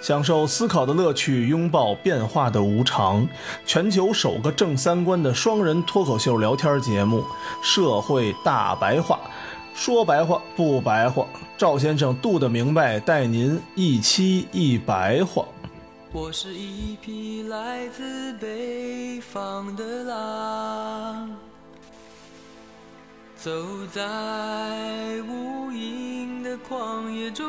享受思考的乐趣，拥抱变化的无常。全球首个正三观的双人脱口秀聊天节目《社会大白话》，说白话不白话，赵先生度的明白，带您一期一白话。我是一匹来自北方的狼，走在无垠的旷野中，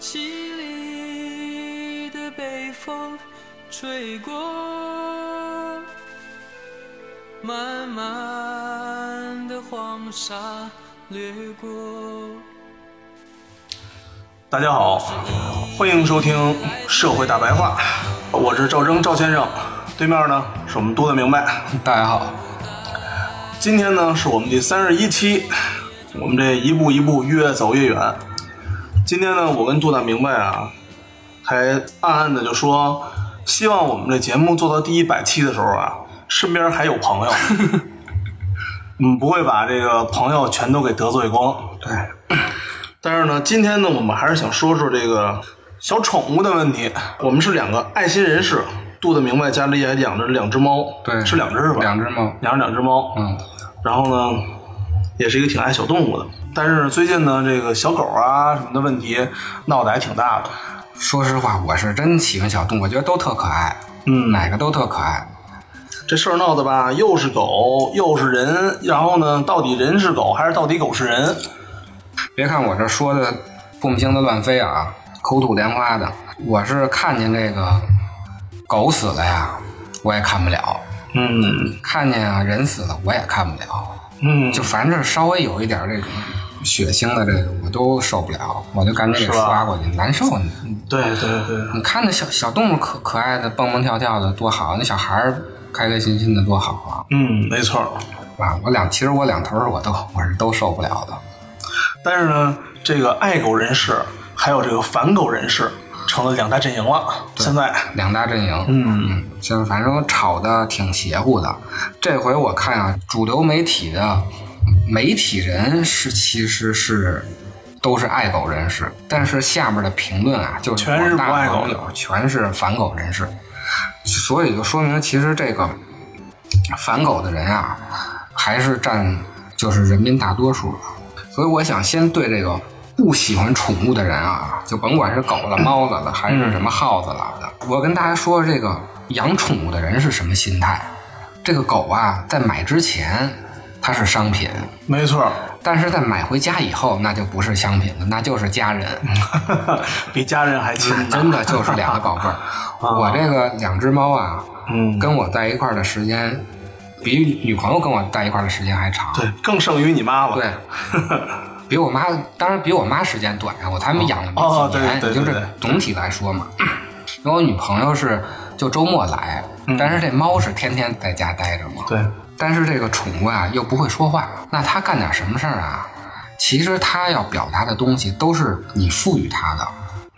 凄厉的北风吹过，漫漫的黄沙掠过。大家好，欢迎收听《社会大白话》，我是赵征赵先生，对面呢是我们多的明白。大家好，今天呢是我们第三十一期，我们这一步一步越走越远。今天呢，我跟杜大明白啊，还暗暗的就说，希望我们这节目做到第一百期的时候啊，身边还有朋 友，嗯，不会把这个朋友全都给得罪光。对，但是呢，今天呢，我们还是想说说这个小宠物的问题。我们是两个爱心人士，杜大明白家里也养着两只猫，对，是两只是吧？两只猫，养着两只猫，嗯，然后呢，也是一个挺爱小动物的。但是最近呢，这个小狗啊什么的问题闹得还挺大的。说实话，我是真喜欢小动物，我觉得都特可爱，嗯哪个都特可爱，这事儿闹的吧，又是狗又是人，然后呢，到底人是狗还是到底狗是人？别看我这说的不明的乱飞啊，口吐莲花的，我是看见这个狗死了呀，我也看不了；嗯看见啊人死了，我也看不了。嗯，就凡是稍微有一点这种血腥的这个，我都受不了，我就赶紧给是吧刷过去，难受你。对对对，你看那小小动物可可爱的，蹦蹦跳跳的多好，那小孩儿开开心心的多好啊！嗯，没错儿。啊，我两其实我两头儿我都我是都受不了的。但是呢，这个爱狗人士还有这个反狗人士成了两大阵营了。现在，两大阵营，嗯，现在反正吵得挺邪乎的。这回我看啊，主流媒体的媒体人是其实是都是爱狗人士，但是下面的评论啊，就是全是广大不爱狗网友全是反狗人士，所以就说明其实这个反狗的人啊，还是占就是人民大多数的。所以我想先对这个不喜欢宠物的人啊，就甭管是狗了、猫了了，还是什么耗子了的，我跟大家说，这个养宠物的人是什么心态？这个狗啊，在买之前它是商品，没错 儿，但是在买回家以后，那就不是商品了，那就是家人，嗯比家人还亲呢。 真的就是两个宝贝儿。我这个两只猫啊，嗯，跟我在一块儿的时间，比女朋友跟我在一块儿的时间还长。对，更胜于你妈了。对， 比我妈当然比我妈时间短啊，我他们养了哦没几年，对对对你就对是对总体来说嘛。 因为我女朋友是就周末来，但是这猫是天天在家待着嘛。嗯对，但是这个宠物啊又不会说话，那它干点什么事儿啊？其实它要表达的东西都是你赋予它的，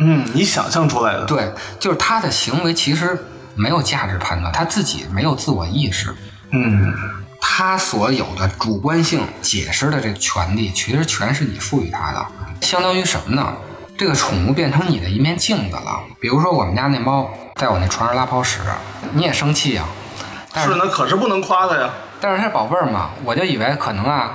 嗯，你想象出来的。对，就是它的行为其实没有价值判断，它自己没有自我意识，嗯，他所有的主观性解释的这权利，其实全是你赋予他的，相当于什么呢？这个宠物变成你的一面镜子了。比如说我们家那猫在我那床上拉泡屎，你也生气啊，但嗯是是呢，可是不能夸它呀。但是它宝贝儿嘛，我就以为可能啊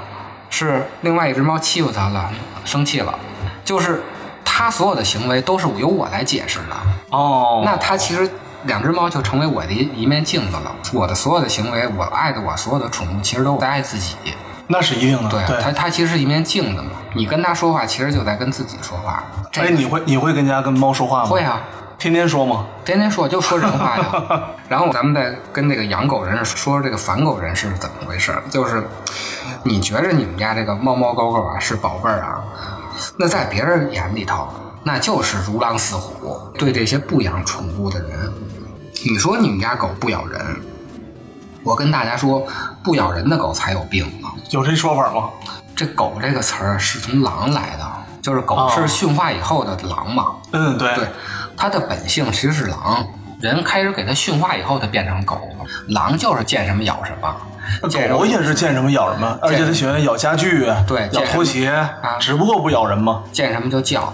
是另外一只猫欺负它了，生气了，就是它所有的行为都是由我来解释的。哦那它其实两只猫就成为我的一一面镜子了，我的所有的行为，我爱的我所有的宠物，其实都在爱自己。那是一定的。对，它它其实是一面镜子嘛，你跟它说话，其实就在跟自己说话。这哎，你会你会跟家跟猫说话吗？会，啊，天天说吗？天天说就说人话呀。 然后咱们再跟这个养狗人士说这个反狗人士是怎么回事，就是你觉着你们家这个猫猫狗狗啊是宝贝儿啊，那在别人眼里头那就是如狼似虎。对这些不养宠物的人，你说你们家狗不咬人，我跟大家说，不咬人的狗才有病啊。有这说法吗？这“狗”这个词儿啊是从狼来的，啊就是狗哦是驯化以后的狼嘛。嗯，对对，它的本性其实是狼，人开始给它驯化以后，它变成狗了。狼就是见什么咬什么，见什狗么也是见什么咬什么，而且它喜欢咬家具，对啊咬拖鞋，只不过不咬人嘛。见什么就叫。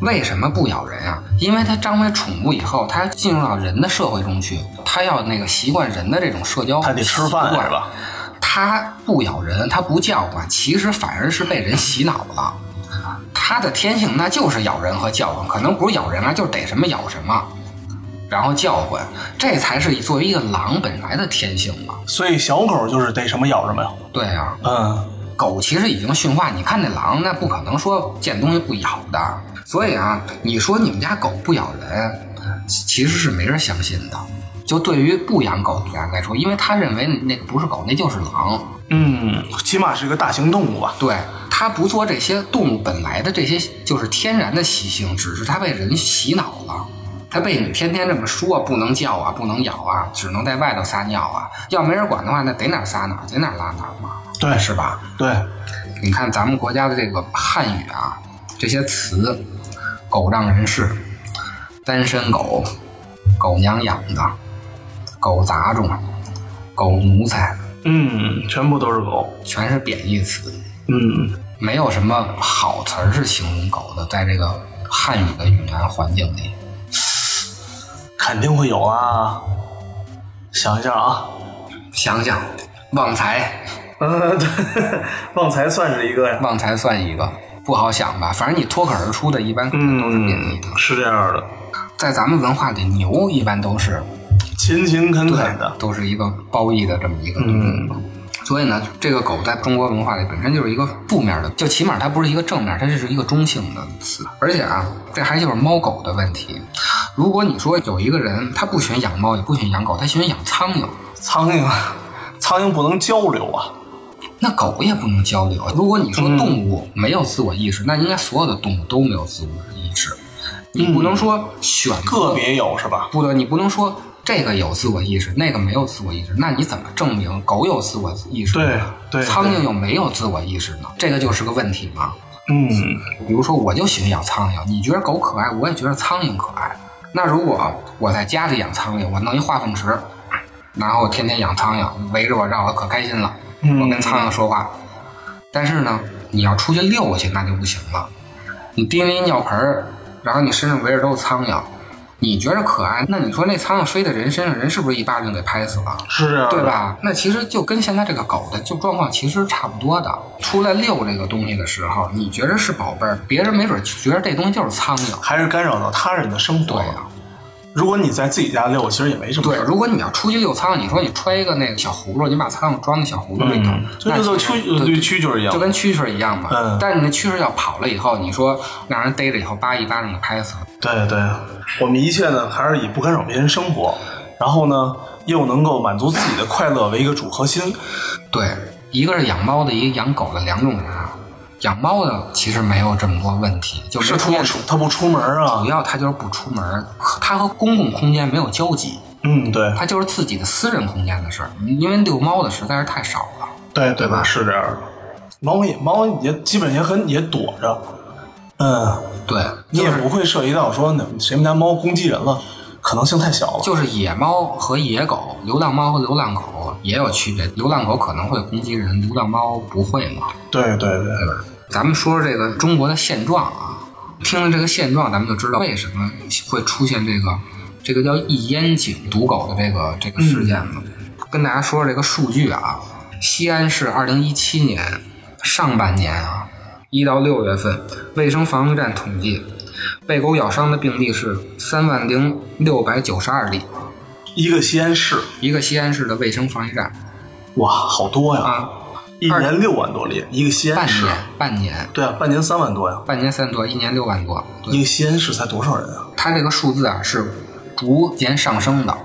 为什么不咬人啊？因为它成为宠物以后，它进入到人的社会中去，它要那个习惯人的这种社交，它得吃饭是吧？它不咬人，它不叫唤，其实反而是被人洗脑了。它的天性那就是咬人和叫唤，可能不是咬人啊了，就逮什么咬什么，然后叫唤，这才是作为一个狼本来的天性嘛。所以小狗就是逮什么咬什么呀。对啊，嗯，狗其实已经驯化，你看那狼，那不可能说见东西不咬的。所以啊，你说你们家狗不咬人，其其实是没人相信的。就对于不养狗的人来说，因为他认为那个不是狗，那就是狼。嗯，起码是个大型动物吧。对他不做这些动物本来的这些就是天然的习性，只是他被人洗脑了。他被你天天这么说，不能叫啊，不能咬啊，只能在外头撒尿啊。要没人管的话，那得哪儿撒哪儿，得哪儿拉哪儿嘛，对是吧？对，你看咱们国家的这个汉语啊，这些词，狗仗人势，单身狗，狗娘养的，狗杂种，狗奴才，嗯，全部都是狗。全是贬义词，嗯，没有什么好词儿是形容狗的，在这个汉语的语言环境里。肯定会有啊。想一下啊，想想，旺财，呃，对，旺财算是一个呀。旺财算一个，不好想吧？反正你脱口而出的，一般可能都是贬义嗯的。，是这样的，在咱们文化里，牛一般都是勤勤恳恳的。都是一个褒义的这么一个东西。嗯所以呢，这个狗在中国文化里本身就是一个负面的，就起码它不是一个正面，它是一个中性的词。而且啊，这还就是猫狗的问题。如果你说有一个人他不喜欢养猫，也不喜欢养狗，他喜欢养苍蝇，苍蝇，啊 苍蝇不能交流啊。那狗也不能交流。如果你说嗯动物没有自我意识，那应该所有的动物都没有自我意识。你不能说选择个别有是吧？不对，你不能说这个有自我意识，那个没有自我意识，那你怎么证明狗有自我意识呢？对对苍蝇有没有自我意识呢？这个就是个问题嘛。嗯，比如说，我就喜欢养苍蝇，你觉得狗可爱，我也觉得苍蝇可爱。那如果我在家里养苍蝇，我弄一化粪池，然后天天养苍蝇，围着我绕的可开心了，嗯我跟苍蝇说话。但是呢，你要出去遛去，那就不行了。你叮了一尿盆儿，然后你身上围着都是苍蝇，你觉着可爱，那你说那苍蝇飞在人身上，人是不是一巴掌给拍死了？是这样的对？吧？那其实就跟现在这个狗的就状况其实差不多的。出来遛这个东西的时候，你觉着是宝贝儿，别人没准觉着这东西就是苍蝇。还是干扰到他人的生对活呀、了。如果你在自己家遛，其实也没什么对，事儿。如果你要出去遛苍蝇，你说你揣一个那个小葫芦，你把苍蝇装在小葫芦里头嗯，，这那就跟其实蛐绿蛐蛐儿一样就。跟蛐蛐儿一样嘛。嗯但是你那蛐蛐儿要跑了以后，你说让人逮着以后，叭一巴掌给拍死了。对对，我们一切呢还是以不干扰别人生活，然后呢又能够满足自己的快乐为一个主核心。对，一个是养猫的，一个养狗的两种人啊。养猫的其实没有这么多问题，就没是出他现不出他不出门啊主？要它就是不出门儿，它和公共空间没有交集，嗯，对它就是自己的私人空间的事儿。因为遛猫的实在是太少了，对对吧是这样的。猫也猫也基本也很也躲着，嗯，对，你就也是不会涉及到说哪谁们家猫攻击人了，可能性太小了。就是野猫和野狗，流浪猫和流浪狗也有区别。流浪狗可能会攻击人，流浪猫不会嘛，对对对，对吧？咱们说说这个中国的现状啊，听了这个现状，咱们就知道为什么会出现这个这个叫一烟井毒狗的这个这个事件了。跟大家说说这个数据啊，西安市二零一七年上半年啊，一到六月份，卫生防控站统计，被狗咬伤的病例是三万零六百九十二例，一个西安市，一个西安市的卫生防疫站哇，好多呀！啊，一年六万多例，一个西半安市年，半年，对啊，半年三万多呀，半年三多，一年六万多，对一个西安市才多少人啊？它这个数字啊是逐年上升的，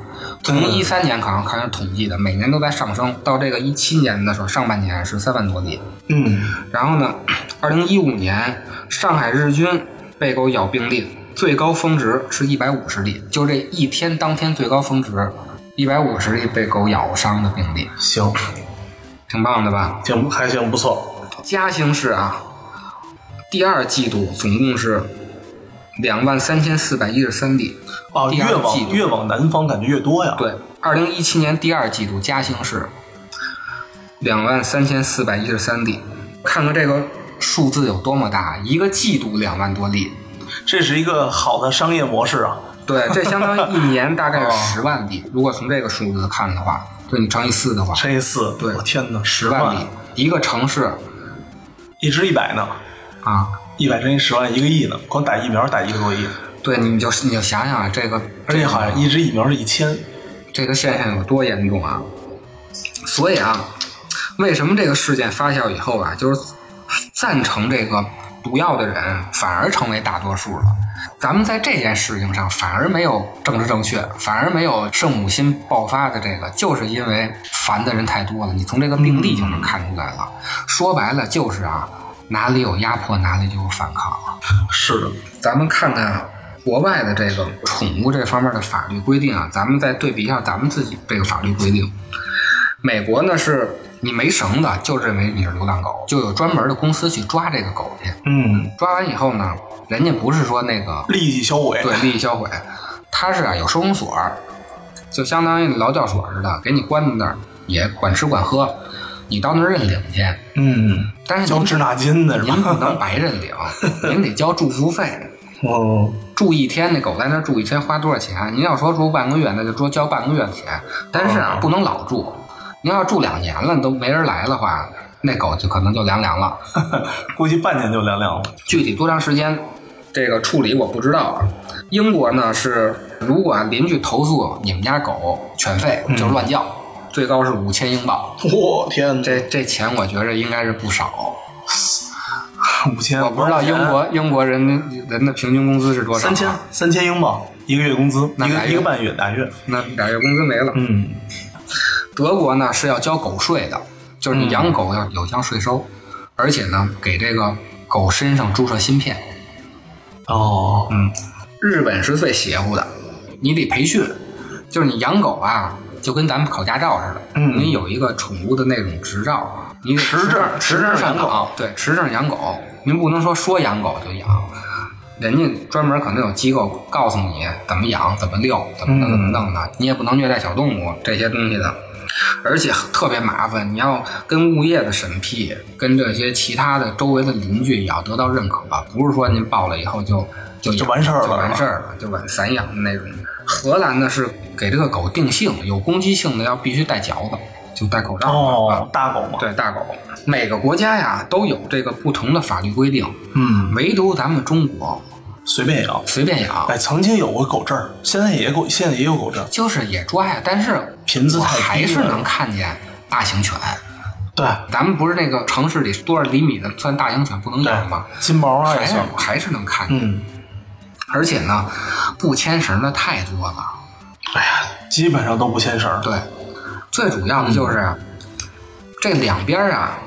从嗯一三年好像开始统计的，每年都在上升，到这个一七年的时候，上半年是三万多例，嗯，然后呢，二零一五年上海日均被狗咬病例最高峰值是一百五十例，就这一天当天最高峰值一百五十例被狗咬伤的病例，行，挺棒的吧？挺还行，不错。嘉兴市啊，第二季度总共是两万三千四百一十三例。啊，第二越季往度越往南方感觉越多呀。对，二零一七年第二季度嘉兴市两万三千四百一十三例，看看这个数字有多么大，一个季度两万多例，这是一个好的商业模式啊。对，这相当于一年大概有十万笔。如果从这个数字看的话，对你乘以四的话，乘以四，对我天哪，十十万笔，一个城市一支一百呢，啊，一百乘以十万一个亿呢，光打疫苗打一个多亿，对，你就你就想想啊这个，而且好像一支疫苗是一千，这个现象有多严重啊！所以啊，为什么这个事件发酵以后啊，就是赞成这个毒药的人反而成为大多数了？咱们在这件事情上反而没有政治正确，反而没有圣母心爆发的这个，就是因为烦的人太多了。你从这个病例就能看出来了。说白了就是啊，哪里有压迫，哪里就有反抗。是的，咱们看看啊国外的这个宠物这方面的法律规定啊，咱们再对比一下咱们自己这个法律规定。美国呢是你没绳子就认为你是流浪狗，就有专门的公司去抓这个狗去，嗯，抓完以后呢，人家不是说那 个立即销毁，对，利益销毁。它是啊，有收容所，就相当于劳教所似的，给你关在那儿，也管吃管喝，你到那儿认领去。嗯，但是交您滞纳金的是您不吧？能白认领，您得交住宿费。 哦，住一天，那狗在那儿住一天花多少钱？您要说住半个月，那就说交半个月的钱。但是哦啊，不能老住。您要住两年了，都没人来的话，那狗就可能就凉凉了。估计半年就凉凉了。具体多长时间，这个处理我不知道啊。英国呢是，如果啊邻居投诉你们家狗犬吠嗯就是乱叫，最高是五千英镑。 我天，这这钱我觉着应该是不少，五千，我不知道英国英国人人的平均工资是多少、啊三千，三千英镑一个月工资，那一俩个月一个半月俩月，那俩月工资没了。嗯，德国呢是要交狗税的，就是嗯你养狗要有交税收，而且呢给这个狗身上注射芯片。哦，嗯，日本是最邪乎的，你得培训，就是你养狗啊，就跟咱们考驾照似的，嗯你有一个宠物的那种执照，你得持证持持证证上养狗岗，对，持证养狗，您不能说说养狗就养。嗯人家专门可能有机构告诉你怎么养、怎么遛、怎么弄、嗯怎么弄的，你也不能虐待小动物这些东西的，而且特别麻烦，你要跟物业的审批，跟这些其他的周围的邻居也要得到认可吧，不是说您报了以后就就就养完事儿了就完事儿了，就完散养的那种。荷兰呢是给这个狗定性，有攻击性的要必须戴嚼子，就戴口罩。啊哦，大狗嘛，对大狗，每个国家呀都有这个不同的法律规定，嗯，唯独咱们中国随便养。随便养，哎，曾经有过狗证儿，现在也狗，现在也有狗证儿。就是也抓呀，但是频次我太低还是了能看见大型犬。对咱们不是那个城市里多少厘米的算大型犬不能养吗？对，金毛啊还也是算。还是能看见，嗯，而且呢，不牵绳的太多了。基本上都不牵绳儿。对，最主要的就是、嗯这两边啊，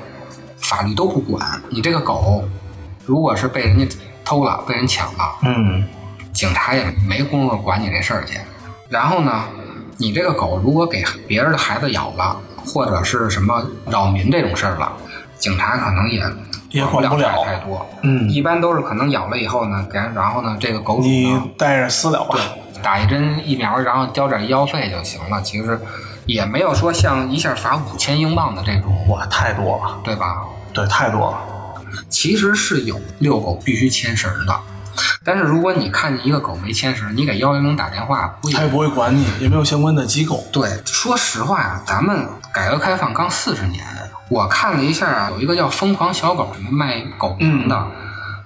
法律都不管。你这个狗，如果是被人家偷了、被人抢了，嗯，警察也没工夫管你这事儿去。然后呢，你这个狗如果给别人的孩子咬了，或者是什么扰民这种事儿了，警察可能也也管不不了太太多。嗯一般都是可能咬了以后呢，给然后呢，这个狗主呢你带着私了吧。打一针疫苗，然后交点医药费就行了。其实也没有说像一下罚五千英镑的这种，哇，太多了，对吧？对，太多了。其实是有遛狗必须牵绳的，但是如果你看见一个狗没牵绳，你给幺零零打电话，估计他也不会管你，也没有相关的机构。对，说实话啊，咱们改革开放刚四十年，我看了一下啊，有一个叫“疯狂小狗”什么卖狗嗯粮的，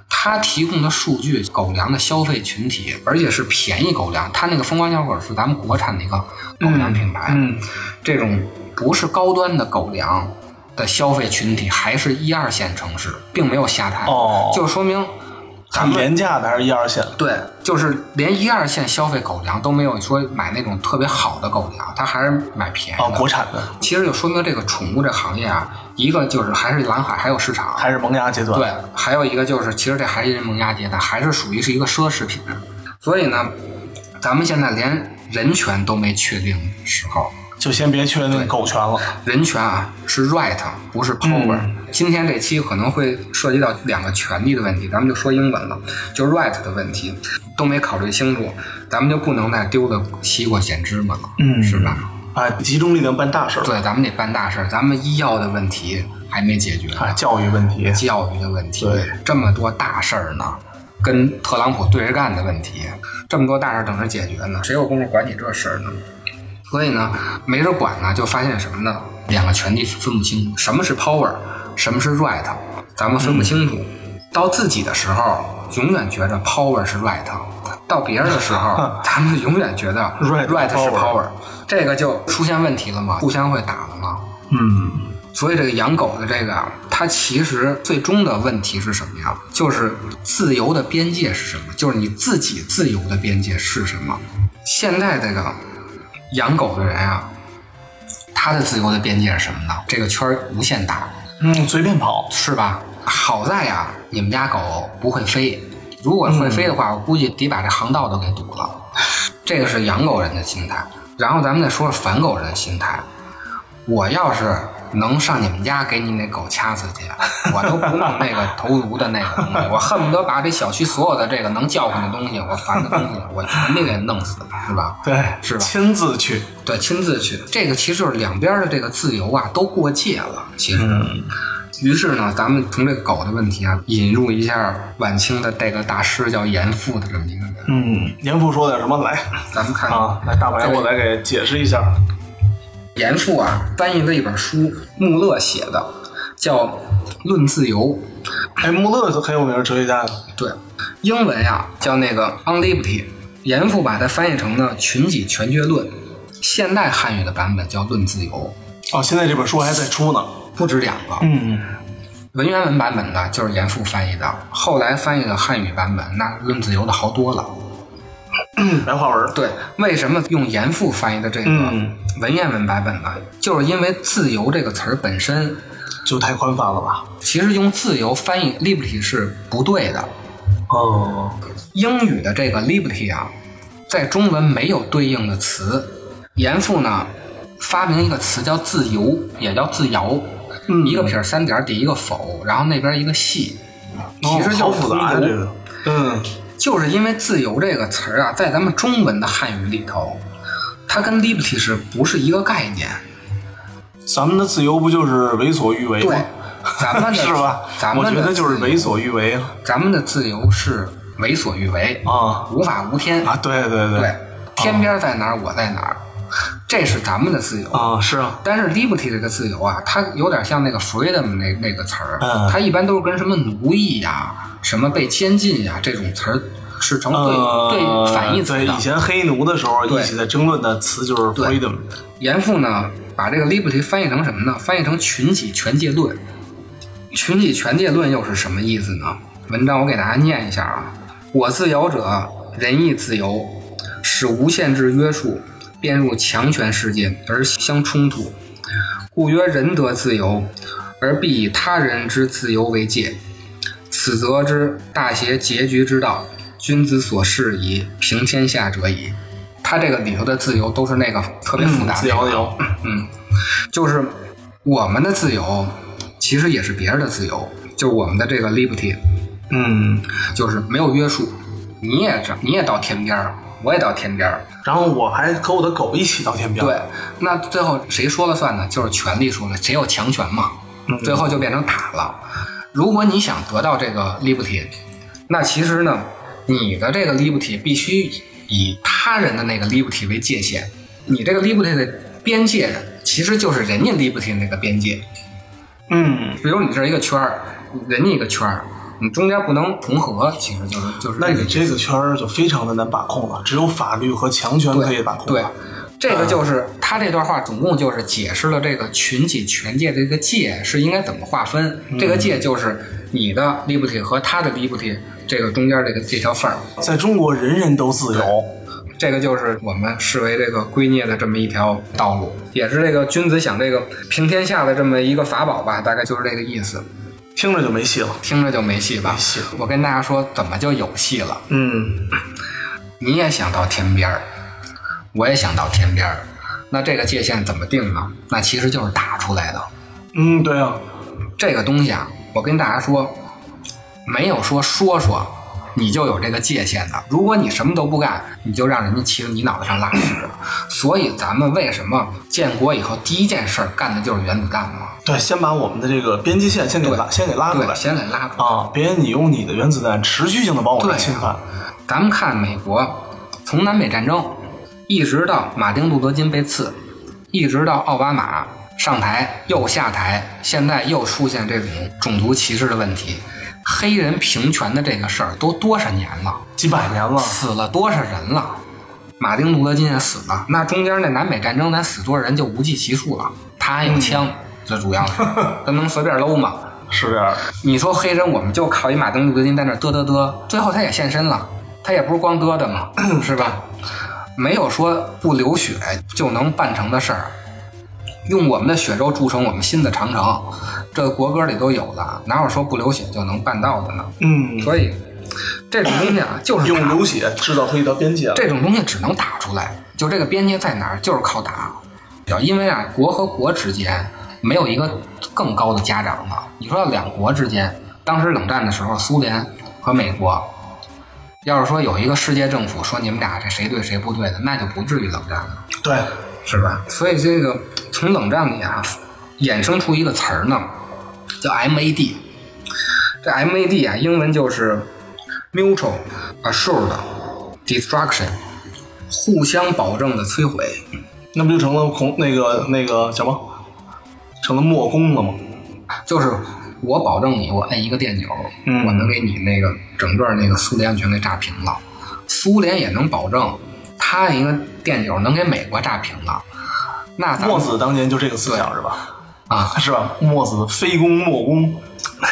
他提供的数据，狗粮的消费群体，而且是便宜狗粮。他那个“疯狂小狗”是咱们国产的一个狗粮品牌，嗯，这种不是高端的狗粮的消费群体，还是一二线城市，并没有下探，哦就说明咱很们廉价的还是一二线？对，就是连一二线消费狗粮都没有说买那种特别好的狗粮，它还是买便宜的。啊，国产的其实就说明这个宠物这行业啊，一个就是还是蓝海，还有市场，还是萌芽阶段。对，还有一个就是其实这还是萌芽阶段，还是属于是一个奢侈品。所以呢，咱们现在连人权都没确定的时候，就先别确定狗权了。人权啊是 right，不是 power。今天这期可能会涉及到两个权利的问题，咱们就说英文了，就 right 的问题都没考虑清楚，咱们就不能再丢了西瓜捡芝麻了，嗯是吧？哎，集中力量办大事儿。对，咱们得办大事儿，咱们医药的问题还没解决呢。哎，教育问题。教育的问题对，这么多大事儿呢，跟特朗普对着干的问题。这么多大事儿等着解决呢，谁有功夫管你这事儿呢？所以呢，没人管呢，就发现什么呢？两个权力分不清，什么是 power，什么是 right，咱们分不清楚。到自己的时候，永远觉着 power 是 right；到别人的时候，咱们永远觉得 Right 是 power power，这个就出现问题了嘛，互相会打了嘛。嗯，所以这个养狗的这个啊，它其实最终的问题是什么呀？就是自由的边界是什么？就是你自己自由的边界是什么？现在这个养狗的人啊，他的自由的边界是什么呢？这个圈儿无限大，嗯，随便跑，是吧？好在呀、你们家狗不会飞，如果会飞的话，我估计得把这航道都给堵了。这个是养狗人的心态，然后咱们再说说反狗人的心态。我要是能上你们家给你那狗掐死去，我都不弄那个投毒的那个东西，我恨不得把这小区所有的这个能叫唤的东西，我烦的东西，我全得给弄死，是吧？对，是吧亲自去，对，亲自去。这个其实就是两边的这个自由啊，都过界了。其实，于是呢，咱们从这个狗的问题啊，引入一下晚清的这个大师叫严复的这么一个人，嗯，严父说点什么来咱们看看啊？来，大白，我来给解释一下。严复啊翻译了一本书，穆勒写的，叫《论自由》。哎，穆勒是很有名的哲学家，对，英文呀、叫那个 On Liberty，严复把它翻译成呢《群己全觉论》，现代汉语的版本叫《论自由》，哦，现在这本书还在出呢。不止两个。嗯，文言文版本的就是严复翻译的，后来翻译的汉语版本那《论自由》的好多了。嗯白话文，对，为什么用严复翻译的这个嗯文言文版本呢？就是因为“自由”这个词儿本身，就太宽泛了吧？其实用“自由”翻译 “liberty” 是不对的。哦，英语的这个 liberty 啊，在中文没有对应的词。严复呢，发明一个词叫自由，也叫自由，嗯一个撇儿三点儿底一个否，然后那边一个系，其实哦就好是复杂呀、自由这个。嗯，就是因为“自由”这个词儿啊，在咱们中文的汉语里头，它跟 liberty 是不是一个概念？咱们的自由不就是为所欲为吗？对，咱们 的是吧？咱们我的觉得就是为所欲为啊咱们的自由是为所欲为，啊无法无天啊！对对对对，天边在哪儿，我在哪儿，这是咱们的自由。啊，是啊，但是 liberty 这个自由啊，它有点像那个 freedom 那那个词儿，嗯它一般都是跟什么奴役呀、什么被监禁呀、这种词儿是成对、呃，对反义词对的以。前黑奴的时候对一起在争论的词就是对 freedom，严复呢，把这个 liberty 翻译成什么呢？翻译成群己权界论。群己权界论又是什么意思呢？文章我给大家念一下啊：我自由者，仁义自由，使无限制约束，变入强权世界而相冲突，故曰仁得自由，而必以他人之自由为界。此则之大邪结局之道，君子所视矣，平天下者矣。他这个里头的自由都是那个特别复嗯杂的啊自那个、由由，就是我们的自由，其实也是别人的自由，就是我们的这个 liberty，嗯，就是没有约束，你也这你也到天边儿，我也到天边儿，然后我还和我的狗一起到天边，对，，那最后谁说了算呢？就是权力说了，谁有强权嘛，最后就变成塔了。如果你想得到这个 liberty，那其实呢，你的这个 liberty 必须以他人的那个 liberty 为界限，你这个 liberty 的边界其实就是人家 liberty 那个边界。嗯，比如你这儿一个圈儿，人家一个圈儿，你中间不能重合，其实就是就是那这个你意思这个圈儿就非常的难把控了，只有法律和强权可以把控啊对吧，这个就是他这段话总共就是解释了这个群体权界的这个界是应该怎么划分。嗯这个界就是你的 liberty 和他的 liberty 这个中间这个这条缝儿，在中国人人都自由，这个就是我们视为这个圭臬的这么一条道路，也是这个君子想这个平天下的这么一个法宝吧，大概就是这个意思。听着就没戏了。听着就没戏吧？戏了我跟大家说，怎么就有戏了？嗯，你也想到天边儿，我也想到天边儿，那这个界限怎么定呢？那其实就是打出来的。嗯，对啊，这个东西啊，我跟大家说，没有说说说，你就有这个界限的。如果你什么都不干，你就让人家骑到你脑袋上拉屎。所以咱们为什么建国以后第一件事儿干的就是原子弹嘛？对，先把我们的这个边界线先给拉，对先给拉出对来，先给拉出来。啊！别你用你的原子弹持续性的把我对们啊侵犯，咱们看美国，从南北战争一直到马丁·路德·金被刺，一直到奥巴马上台又下台，现在又出现这种种族歧视的问题。黑人平权的这个事儿都多少年了，几百年了，死了多少人了？马丁·路德·金也死了，那中间那南北战争咱死多少人就无计其数了。他还有枪，最主要是咱能随便搂吗？是这样的。你说黑人，我们就靠一马丁路德金在那儿嘚嘚嘚，最后他也现身了，他也不是光嘚的嘛， 是吧？没有说不流血就能办成的事儿，用我们的血肉筑成我们新的长城，这国歌里都有的，哪有说不流血就能办到的呢？嗯，所以这种东西啊，就是用打，流血制造出一条边界了。这种东西只能打出来，就这个边界在哪儿，就是靠打。因为啊，国和国之间没有一个更高的家长了。你说要两国之间，当时冷战的时候，苏联和美国，要是说有一个世界政府说你们俩这谁对谁不对的，那就不至于冷战了，对，是吧？所以这个从冷战里啊，衍生出一个词儿呢，叫 MAD。这 MAD 啊，英文就是 Mutual Assured Destruction，互相保证的摧毁。那不就成了孔那个那个什么，成了墨攻了吗？就是我保证你，我摁一个电钮，嗯我能给你那个整个那个苏联全给炸平了。苏联也能保证，他按一个电钮能给美国炸平了。那咱墨们子当年就这个思想是吧？啊，是吧？墨子非攻莫攻，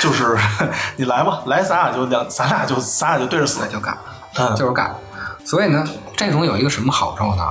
就是 你来吧，来咱俩就两，咱俩就咱俩就对着死那。就干，嗯，就是干。所以呢，这种有一个什么好处呢？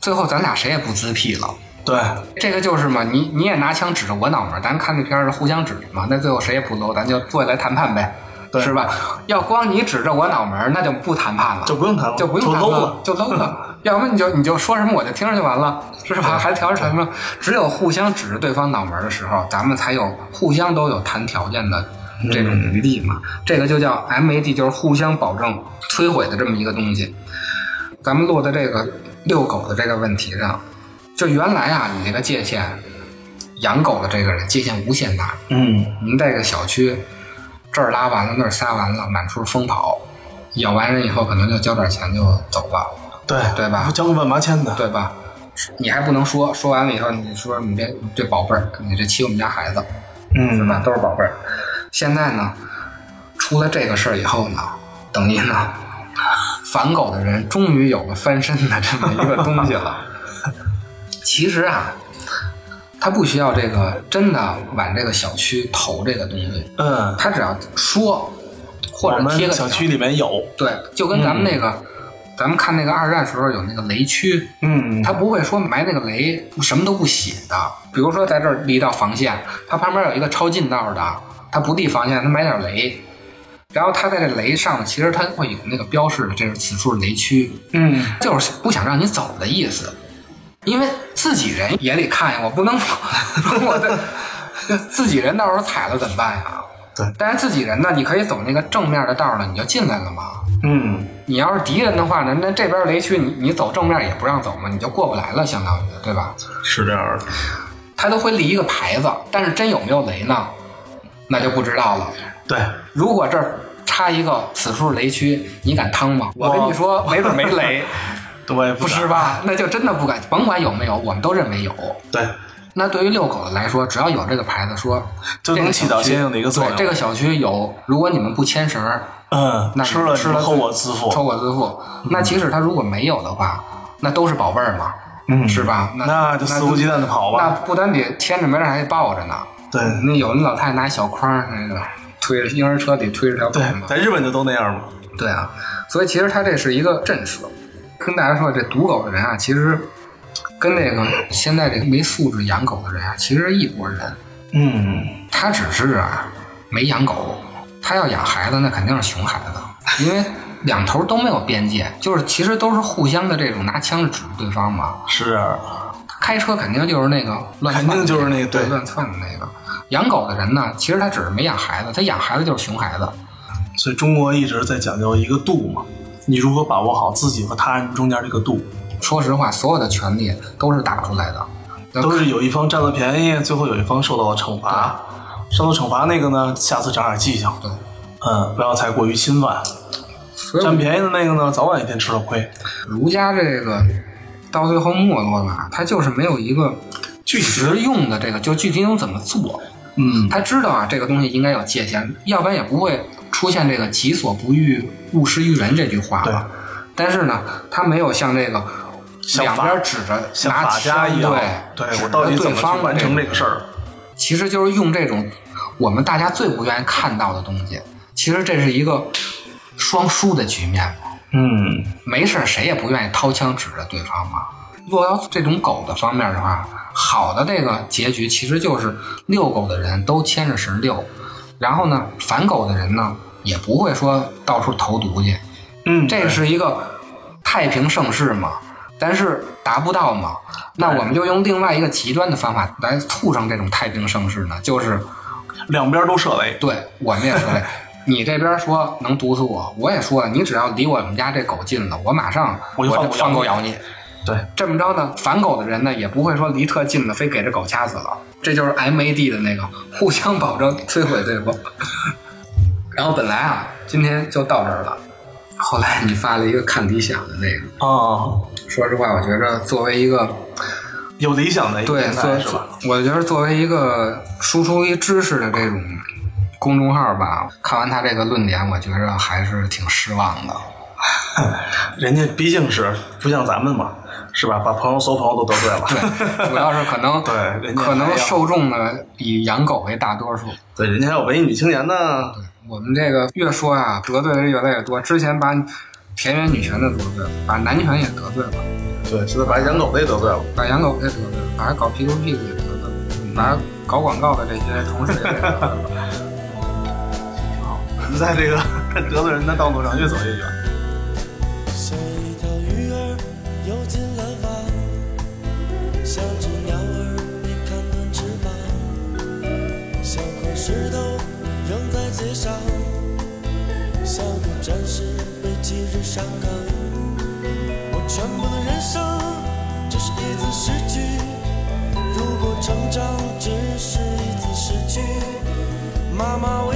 最后咱俩谁也不自辟了。对，这个就是嘛，你你也拿枪指着我脑门儿，咱看这片儿是互相指着嘛，那最后谁也不搂，咱就坐下来谈判呗，对是吧？要光你指着我脑门儿，那就不谈判了，就不用谈了就不用谈就搂嗯了就搂了。要不你就你就说什么我就听着就完了，是吧？还调什么？只有互相指着对方脑门儿的时候，咱们才有互相都有谈条件的这种余地嘛。这个就叫 MAD，就是互相保证摧毁的这么一个东西。咱们落在这个遛狗的这个问题上，就原来啊，你这个界限，养狗的这个人界限无限大，嗯，您这个小区这儿拉完了，那儿撒完了，满处疯跑，咬完人以后可能就交点钱就走了，对对吧交个万八千的，对吧？你还不能说，说完了以后你说你这你这宝贝儿，你这欺负我们家孩子，嗯，是吧？都是宝贝儿。现在呢，出了这个事儿以后呢，等于呢，反狗的人终于有了翻身的这么一个东西了。其实啊，他不需要这个真的往这个小区投这个东西，嗯，他只要说或我者贴们个小条区嗯里面有，对，就跟咱们那个。咱们看那个二战时候有那个雷区，嗯，他不会说埋那个雷什么都不写的。比如说在这儿立一道防线，他旁边有一个抄近道的，他不立防线，他埋点雷，然后他在这雷上，其实他会有那个标示的，这是此处雷区，嗯，就是不想让你走的意思。因为自己人也得看呀，我不能 说说我的自己人到时候踩了怎么办呀？对但是自己人呢，你可以走那个正面的道儿呢，你就进来了嘛。嗯，你要是敌人的话呢，那这边雷区你你走正面也不让走嘛，你就过不来了，相当于对吧？是这样的，他都会立一个牌子，但是真有没有雷呢，那就不知道了。对，如果这儿插一个此处雷区，你敢趟吗？我跟你说， 没准没 雷，我也不不敢是？吧？那就真的不敢，甭管有没有，我们都认为有。对，那对于遛狗的来说，只要有这个牌子说，就能起到相应的一个作用对这个小区有，如果你们不牵绳儿，嗯，那吃了吃了后我自抽负，我自负。那即使他如果没有的话，那都是宝贝儿嘛，嗯是吧？那那就肆无忌惮的跑那吧，不单得牵着，没人还得抱着呢。对那有那老太太拿小筐儿那个推着婴儿车里推着条狗对，嘛。在日本就都那样嘛，对啊，所以其实他这是一个震慑。跟大家说，这赌狗的人啊，其实跟这个现在这个没素质养狗的人啊，其实是一拨人。嗯，他只是啊没养狗，他要养孩子那肯定是熊孩子，因为两头都没有边界，就是其实都是互相的这种拿枪指着对方嘛。是这样的，开车肯定就是那个乱窜的肯定就是那个对对乱窜的那个。养狗的人呢，其实他只是没养孩子，他养孩子就是熊孩子。所以中国一直在讲究一个度嘛，你如何把握好自己和他人中间这个度，说实话，所有的权利都是打出来的。那都是有一方占了便宜，最后有一方受到了惩罚。受到惩罚那个呢，下次长点记性，对，嗯，不要太过于侵犯。所以占我便宜的那个呢，早晚一天吃了亏。儒家这个到最后没落吧，他就是没有一个具体实用的这个，就具体应怎么做。嗯，他知道啊，这个东西应该有界限，要不然也不会出现这个“己所不欲，勿施于人”这句话对了。但是呢，他没有像这个像两法边指着像拿法家枪一样，对对我到底指着怎对么方去的完成这这个事儿？其实就是用这种我们大家最不愿意看到的东西。其实这是一个双输的局面，嗯，没事儿谁也不愿意掏枪指着对方嘛。落到这种狗的方面的话，好的这个结局其实就是遛狗的人都牵着绳遛，然后呢，反狗的人呢也不会说到处投毒去，嗯，这是一个太平盛世嘛，但是达不到嘛，那我们就用另外一个极端的方法来促成这种太平盛世呢，就是两边都涉雷。对我们也说嘞，你这边说能毒死我，我也说了，你只要离我们家这狗近了，我马上我就放放狗咬狗你咬你。对，这么着呢，反狗的人呢也不会说离特近了，非给这狗掐死了。这就是 M A D 的那个互相保证摧毁对方。 然后本来啊，今天就到这儿了。后来你发了一个看理想的那个，啊，说实话，我觉着作为一个有理想的一个对，年作代是吧？我觉得作为一个输出一知识的这种公众号吧，看完他这个论点，我觉着还是挺失望的。人家毕竟是不像咱们嘛，是吧？把朋友所有朋友都得罪了。 对，主要是可能对人家可还能要受众呢以养狗为大多数。对，人家还有文艺女青年呢。我们这个越说啊，得罪的人越来越多。之前把田园女权的得罪了，把男权也得罪了，对，现在把养狗的也得罪了。 把养狗也得罪了，把搞 P to P 的也得罪了，把搞广告的这些同事也得罪了。我们在这个 得罪人的道路上越走越远。水头鱼儿游进了湾，像只鸟儿一看断翅膀，像块石头扔在街上，像个战士被击日上岗。我全部的人生只是一次失去，如果成长只是一次失去，妈妈为